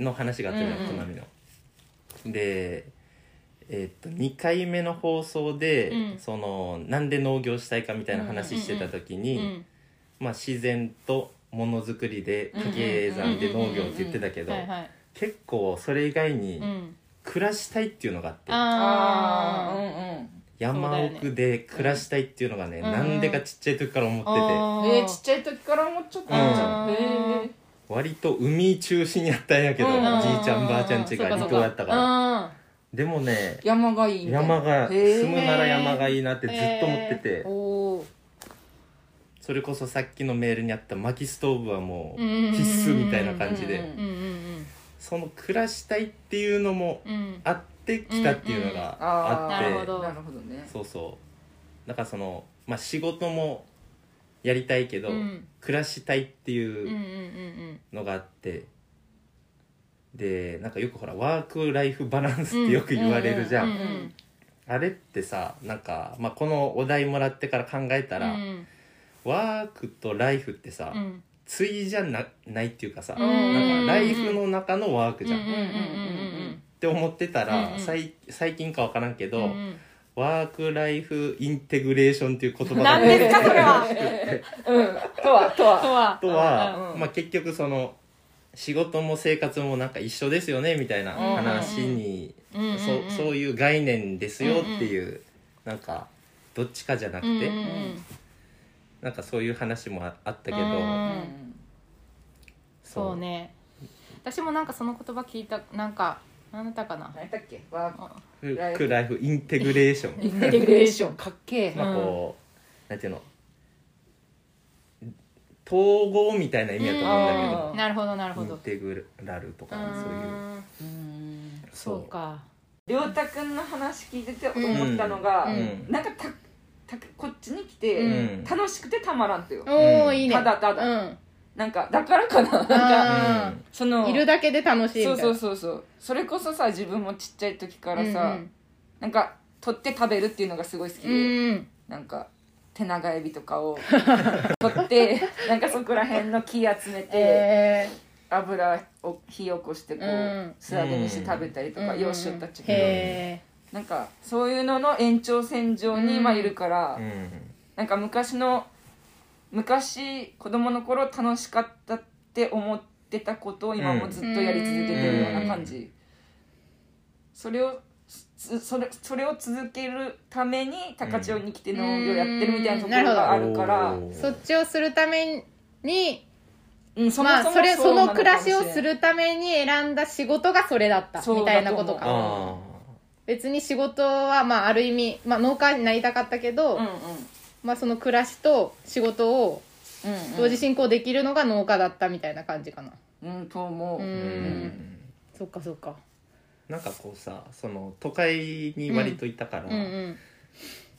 S2: ん
S1: の話があったじゃん
S2: うんうん
S1: 好みの。でえっと2回目の放送で、
S2: うん
S1: そのなんで農業したいかみたいな話してた時に、
S2: うん
S1: まあ、自然とものづくりで掛け算で農業って言ってたけど
S2: はいはい
S1: 結構それ以外に
S2: うん
S1: 暮らしたいっていうのがあって、
S3: ああ
S2: あ
S3: う
S2: ー
S3: ん
S1: 山奥で暮らしたいっていうのがね、
S2: うん
S1: なんでかちっちゃい時から思ってて、
S2: あ
S3: うんえーちっちゃい時から思っちゃったんじゃん
S2: うん
S3: へー
S1: 割と海中心やったんやけど、
S3: うん
S1: おじいちゃんばあちゃんちが離島やったから
S2: ら
S1: でもね
S3: 山がいいみたいな
S1: 山が
S3: へー
S1: 住むなら山がいいなってずっと思ってて
S2: おお
S1: それこそさっきのメールにあった薪ストーブはもう
S2: うんうんうんうん
S1: 必須みたいな感じ
S3: うんうん
S1: で
S2: ーうんうん
S1: その暮らしたいっていうのも
S2: うんうん
S1: あってきたっていうのがあ
S2: うんうんあーな
S1: っ
S2: るほ
S1: て
S2: ど
S3: なるほどね
S1: そうそうだからそのまあ仕事もやりたいけど
S2: うん
S1: 暮らしたいって
S2: うんう
S1: い
S2: ん
S1: う
S2: うん
S1: のがあってでなんかよくほらワーク・ライフ・バランス
S2: う
S1: っ
S2: ん
S1: てよく言われるじゃ
S2: うん
S1: んあれってさなんかまあこのお題もらってから考えたら
S2: うん
S1: ワークとライフってさ、
S2: うん
S1: 対じゃなないっていうかさ、
S2: うん
S1: なんかライフの中のワークじゃん、
S2: うん
S1: っ
S2: うんうんうん
S1: て思ってたら、
S2: うんうん
S1: さい最近か分からんけ
S2: う
S1: ど、
S2: んうん
S1: ワーク・ライフ・インテグレーションっていう言葉が
S2: 何ですかそれは
S3: うんとはと
S2: と
S3: は
S2: は
S1: とは、
S3: うん
S1: まあ、結局その仕事も生活もなんか一緒ですよねみたいな話に、
S2: うんうんうん
S1: そそういう概念ですよっていう、なんかどっちかじゃなくて、
S2: うんうん
S1: なんかそういう話もああったけど、
S2: うん
S3: うん
S2: そうね私もなんかその言葉聞いたなんか何だったかな
S3: 何だっけワーライフ
S1: クライフインテグレーシ ョン
S3: クインテグレーションかっけえ
S1: まあこう、なんていうの統合みたいな意味だと思うんだけど、
S3: うん
S2: なるほどなるほ
S1: イン
S2: ど
S1: テグラルとかそう
S2: う
S1: いう
S2: ーん
S3: うん
S2: そうか
S3: りょうたくんの話聞いてて思ったのが
S2: うん
S3: なんかたたこっちに来
S1: う
S3: て
S1: ん
S3: 楽しくてたまらんとよ
S2: おおいいね
S3: ただただ
S2: うん
S3: なんかだからかななんか
S2: あ
S3: そ
S2: ー
S3: の
S2: いるだけで楽しいみた
S3: そ
S2: いうな
S3: そうそうそうそれこそさ自分もちっちゃい時から
S2: う
S3: さ
S2: ん
S3: なんか取って食べるっていうのがすごい好き
S2: うん
S3: で
S2: うん
S3: なんか手長エビとかを取って なんかそこら辺の木集めて
S2: え
S3: 油を火起こしてこ
S2: うん
S3: う素揚げにして食べたりとか
S2: ー
S3: ようしよったっちゃ
S2: へ
S3: け
S2: え
S3: どなんかそういうのの延長線上に今いるから
S1: うん
S3: なんか昔の昔子供の頃楽しかったって思ってたことを今もずっとやり続けてるような感じそれをつそれそれを続けるために高千穂に来て農業やってるみたいなところがあるから、
S1: おー
S2: そっちをするために
S3: うん、そも
S2: まあ
S3: そも
S2: それそう
S3: な
S2: の暮らしをす
S3: かもれない
S2: るために選んだ仕事がそれだった
S3: そう
S2: みたいなこと
S3: だと思う
S2: か
S1: あ
S2: 別に仕事はまあある意味、まあ、農家になりたかったけど、
S3: うん
S2: まあ、その暮らしと仕事を
S3: うんうんうん
S2: 同時進行できるのが農家だったみたいな感じかな
S3: うんと思う、
S2: う
S1: あうんん
S2: そっかそっか
S1: なんかこうさその都会に割といたから、
S2: うんうん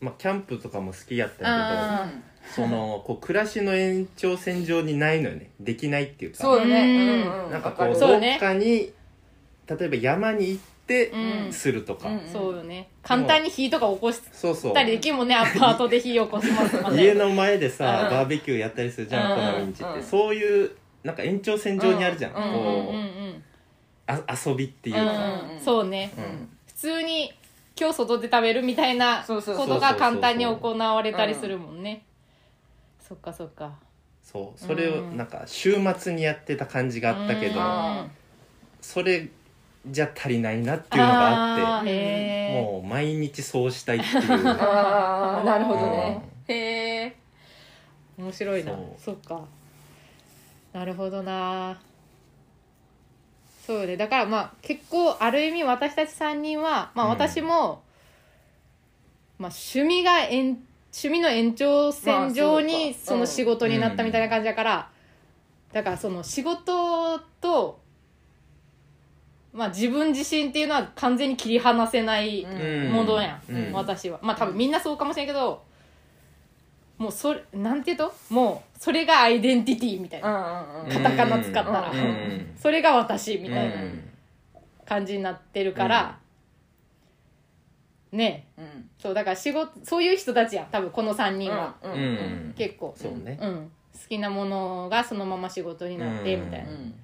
S1: まあ、キャンプとかも好きやったけ
S2: あ
S1: ど
S2: ー
S1: そのこう暮らしの延長線上にないのよねできないっていうか
S3: そうよね、
S2: うん
S3: うう
S1: なんかこ
S3: わ
S1: う
S3: る
S2: そう
S1: どっ
S2: ね
S1: かに例えば山に行って
S2: うん
S1: するとか、
S3: うん
S2: そうよね簡単に火とか起こし
S1: そうそう
S2: たりできるもんねアパートで火起こしますもんね
S1: 家の前でさ、
S3: うん
S1: バーベキューやったりするじゃん、
S3: うん
S1: この道って、
S3: うん
S1: そういうなんか延長線上にあるじゃん、
S3: うん
S2: うん
S1: こう、
S2: うんうん
S1: あ遊びっていう
S2: う
S1: か、
S2: んうんそうね
S1: うん
S2: 普通に今日外で食べるみたいな
S3: そ
S2: こ
S3: うそうそう
S2: とが簡単に行われたりするもんねそっかそっか
S1: そうそれを
S2: うん
S1: なんか週末にやってた感じがあったけど、
S2: うん
S3: あ
S1: それじゃ足りないなっていうのがあっ
S2: ー
S1: て
S2: へ
S1: もう毎日そうしたいっていう、
S3: ーあーなるほどね、
S2: えへえ面白いな
S1: そ
S2: そっかなるほどなそうねだからまあ結構ある意味私たち3人はまあ
S1: うん
S2: 私も、まあ趣味がえん趣味の延長線上
S3: ま
S2: に
S3: あそうか
S2: その仕事になった
S1: うん
S2: みたいな感じだから、だからその仕事とまあ自分自身っていうのは完全に切り離せない
S1: うん
S2: ものやん、
S1: うん
S2: 私はまあ多分みんなそうかもしれんけどもうそれなんて言うともうそれがアイデンティティみたいな、
S3: うんうんうん
S2: カタカナ使ったら
S1: うんうん
S2: それが私み
S1: うん
S2: たいな感じになってるから、ね
S3: うん
S2: そうだから仕事そういう人たちやん多分この3人は、
S3: うん
S1: う
S3: うんんうん
S2: 結構
S1: そうね
S2: うん、好きなものがそのまま仕事になってみたいな、
S1: うん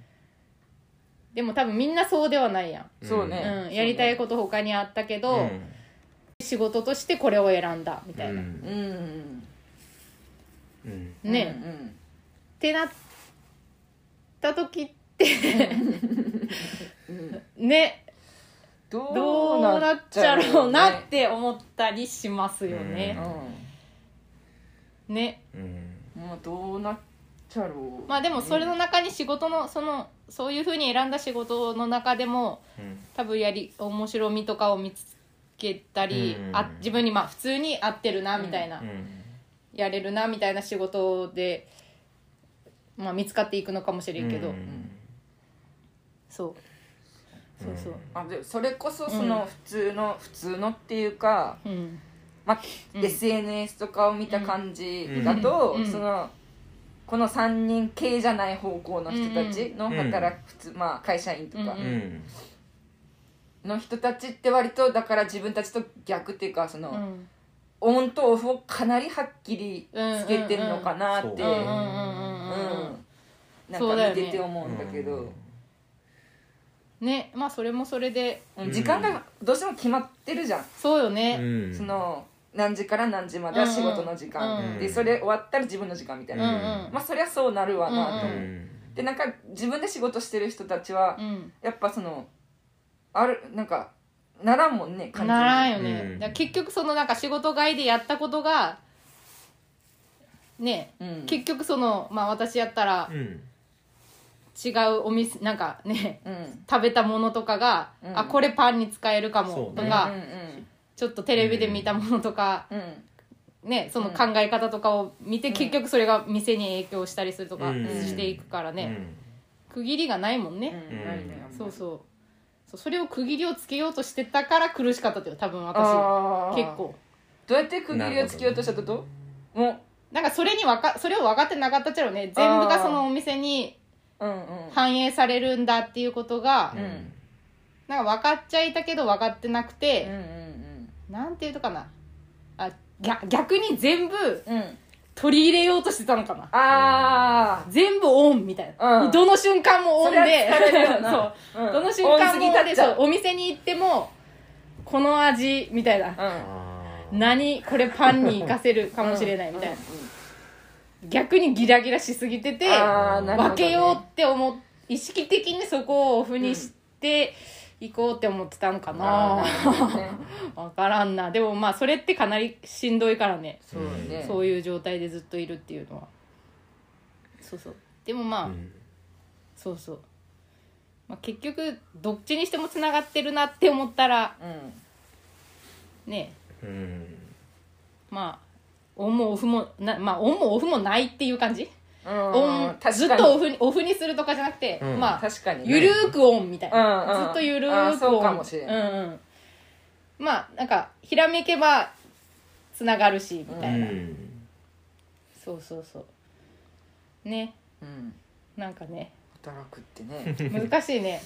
S2: でも多分みんなそうではないやん、
S3: そうね
S2: うん
S3: そうね
S2: やりたいこと他にあったけど、
S1: うん
S2: 仕事としてこれを選んだみたいな、
S3: うんうん
S1: うん
S3: うん
S2: ね、っ
S3: うん
S2: てなった時ってねどうなっちゃろうなって思ったりしますよね
S3: う、
S2: ね
S1: うん
S3: んもうどうなっちゃろう
S2: まあでもそれの中に仕事のそのそういうふうに選んだ仕事の中でも
S1: うん
S2: 多分やり面白みとかを見つけたり、
S1: うん
S2: あ自分にまあ普通に合ってるなみたいな、
S1: うん
S2: やれるなみたいな仕事で、まあ、見つかっていくのかもしれんけど、
S1: うん
S2: そうそうそう、
S3: あでそれこそその普通の、普通のっていうか、
S2: うん
S3: まあ
S2: うん
S3: SNS とかを見た感じだと、
S2: うんうん
S3: そのこの3人系じゃない方向の人たちの
S1: うんうん
S3: 働く、普通まあ、会社員とか
S2: うん
S1: うん
S3: の人たちって割とだから自分たちと逆っていうかその、
S2: うん
S3: オンとオフをかなりはっきりつけてるのかなって、
S1: うんうんうん
S2: うん
S3: うん
S2: うんうんそう
S3: な
S2: だ
S3: んか
S2: よね
S3: 見てて思うんだけど、
S2: うんねまあそれもそれで
S3: うん時間がどうしても決まってるじゃん、
S2: そうよ
S1: う
S2: ね、
S1: ん
S3: その何時から何時までは仕事の時間、
S1: うんうん
S3: でそれ終わったら自分の時間みたい
S2: うんう
S3: な、
S2: ん
S3: まあそりゃそうなるわなと思
S1: う
S3: う、
S1: ん
S3: でなんか自分で仕事してる人たちは、
S2: うん
S3: やっぱそのあるなんかならんもんね完全に
S2: ならんよね、
S1: うん
S2: だから結局そのなんか仕事外でやったことがね
S3: うん
S2: 結局そのまあ私やったら
S1: うん
S2: 違うお店なんかね
S3: うん
S2: 食べたものとかが、
S3: うん
S2: あこれパンに使えるか
S1: そ
S2: も
S1: うね
S2: とか、
S3: うん
S2: ちょっとテレビで見たものとか、
S3: うんうん
S2: ねその考え方とかを見て、
S3: うん
S2: 結局それが店に影響したりするとか
S1: うん
S2: していくからね、区切りがないもん
S3: う
S2: ね、
S3: んないね
S2: そうそうそうそれを区切りをつけようとしてたから苦しかったっていう多分私
S3: あんまり
S2: 結構
S3: どうやって区切りをつけようとしたってことも
S2: なんかそれにわかそれを分かってなかったっちゃろうね全部
S3: あ
S2: が
S3: ー
S2: そのお店に
S3: ううんうん
S2: 反映されるんだっていうことが、
S1: うん
S2: なんか分かっちゃいたけど分かってなく
S3: うんう
S2: て、
S3: ん
S2: なんていうのかなあ逆逆に全部
S3: うんうん
S2: 取り入れようとしてたのかな
S3: あ
S2: 全部オンみたいな、
S3: うん
S2: どの瞬間もオンで
S3: それは疲れるよな
S2: そう
S3: あ、うん
S2: どの瞬間
S3: 音過
S2: も
S3: ぎ
S2: で
S3: 立っち
S2: そ
S3: ゃ
S2: う
S3: う
S2: お店に行ってもこの味みたいな、
S3: うん
S1: あー
S2: 何これパンに活かせるかもしれないみたいな、逆にギラギラしすぎてて
S3: あーなるほどね
S2: 分けようって思う意識的にそこをオフにして、行こうって思ってたのか
S1: あ
S2: な
S3: ーね
S2: 分からんなでもまあそれってかなりしんどいからね
S3: そうね
S2: そういう状態でずっといるっていうのはそうそうでもまあ、
S1: うん
S2: そうそう、まあ、結局どっちにしてもつながってるなって思ったら
S3: うん
S2: ね
S1: うん
S2: まあオンもオフもなまあオンもオフもないっていう感じ、オ
S3: う
S2: ン
S3: ん、確かに
S2: ずっとオフにオフにするとかじゃなくて、
S1: うん
S2: まあ
S3: 確かに
S2: ゆ
S3: ね、
S2: るーくオンみたいな、
S3: うんうん
S2: ずっとゆるー
S3: あ
S2: くオン
S3: そうかもしれん
S2: うんうん、まあなんかひらめけばつながるしみ
S1: う
S2: たいな、
S1: ん
S2: そうそうそうね
S3: うん、
S2: なんか ね
S3: 働くっ てね
S2: 難しいね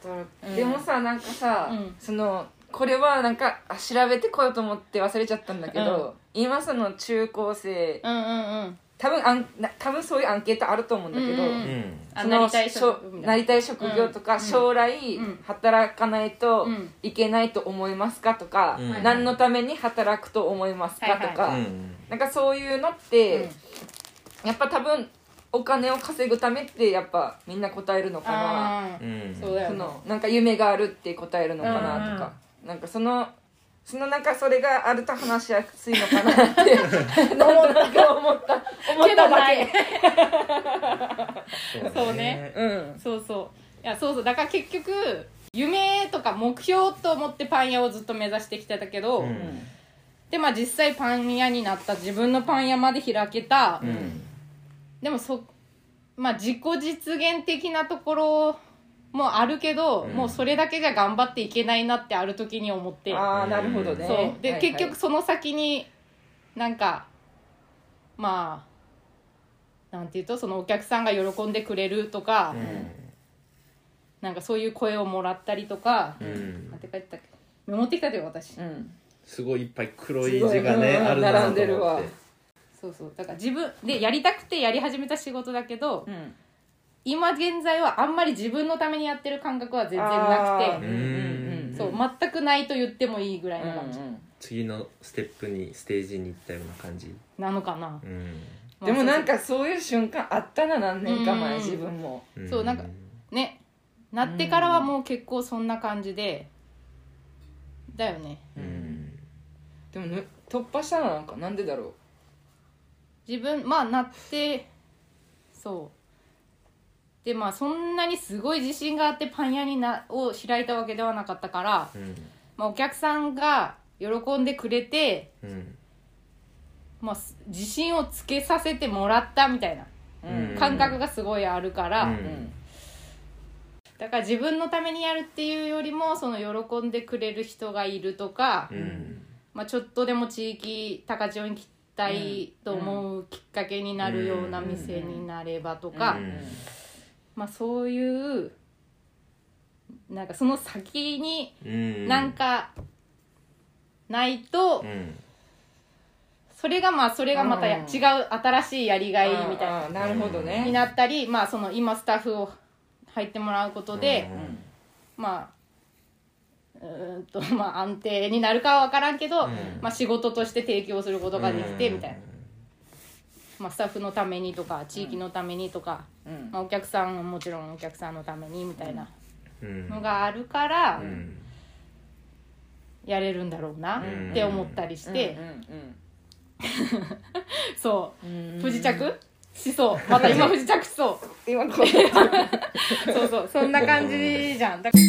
S3: 働
S2: うん
S3: くでもさなんかさ、
S2: うん
S3: そのこれはなんかあ調べてこようと思って忘れちゃったんだけど、今その中高生
S2: うんうんうん
S3: 多分あんな多分そういうアンケートあると思うんだけど、
S2: うんうん
S1: うん
S2: あ
S3: そ
S2: な
S3: の
S2: りたい職
S3: しょ
S2: みた
S3: ないりたい職業とか、
S2: うん
S3: 将来
S2: うん
S3: 働かないと
S2: うん
S3: いけないと思いますかとか、
S1: うん
S3: 何のために働くと思いますかとか、
S1: うん
S3: なんかそういうのっ
S2: な
S3: て、やっぱ多分お金を稼ぐためってやっぱみんな答えるのかな
S2: あ
S1: う
S2: ー
S1: ん
S2: そうだよ
S3: そ
S2: ね
S3: のなんか夢があるって答えるのかなとか、なんかそのそのなんかそれがあると話しやすいのかなって なんとなく思った思った
S2: けど
S3: だ
S2: ない
S3: け。
S2: そうね
S3: うん、
S2: そうそういやそうそうだから結局夢とか目標と思ってパン屋をずっと目指してきてたけど、
S1: うん
S2: でまあ実際パン屋になった自分のパン屋まで開けた、
S1: うん
S2: でもそまあ自己実現的なところもあるけど、
S1: うん
S2: もうそれだけじゃ頑張っていけないなってある時に思って
S3: ああなるほどね。
S2: そうで、
S3: はいはい
S2: 結局その先になんかまあなんていうとそのお客さんが喜んでくれるとか、なんかそういう声をもらったりとか、
S1: うんうん
S2: なんて書いてたっけメモってきたで私、
S3: うん
S1: すごいいっぱい黒い字がね
S3: すごいうん
S1: あるなと思
S3: 並んでるわ
S1: って
S2: そうそうだから自分でやりたくてやり始めた仕事だけど、
S3: うん
S2: 今現在はあんまり自分のためにやってる感覚は全然
S3: あ
S2: な
S3: ー
S1: う
S2: くて、
S1: ん
S2: そう全くないと言ってもいいぐらいの感じ、
S1: 次のステップにステージに行ったような感じ
S2: なのかな、
S1: うん
S2: まあ
S3: でもなんかそういう瞬間あったな何年か前、
S2: うん
S3: 自分も
S2: そうなんかねなってからはもう結構そんな感じでだよね
S1: うん
S3: でもぬ突破したのなんかなんでだろ
S2: 自分まあなってそうでまあそんなにすごい自信があってパン屋になを開いたわけではなかったから、
S1: うん
S2: まあ、お客さんが喜んでくれて、
S1: うん
S2: まあ、す自信をつけさせてもらったみたいな
S3: う
S1: うん
S3: うん
S2: 感覚がすごいあるから、
S1: うん
S2: だから自分のためにやるっていうよりもその喜んでくれる人がいるとか、
S1: うん
S2: まあ、ちょっとでも地域高千穂に来たいと思うきっかけになるような店になればとか、
S1: うん
S2: まあ、そういうなんかその先に
S1: うん
S2: なんかないと、
S1: うん
S2: それがまあそれがまたや
S3: うん
S2: 違う新しいやりがいみたいな
S3: あーなるほどね
S2: になったり、まあ、その今スタッフを入ってもらうことで。
S1: うん
S2: まあうーんとまあ安定になるかは分からんけど、
S1: うん
S2: まあ、仕事として提供することができてみたいな、まあ、スタッフのためにとか地域のためにとか、
S3: うん
S2: まあ、お客さんはもちろんお客さんのためにみたいな
S1: うん
S2: のがあるから
S1: うん
S2: やれるんだろうな
S1: うん
S2: って思ったりして、そう不時着しそうまた今不時着しそう
S3: 今こう
S2: そうそうそんな感じじゃんだから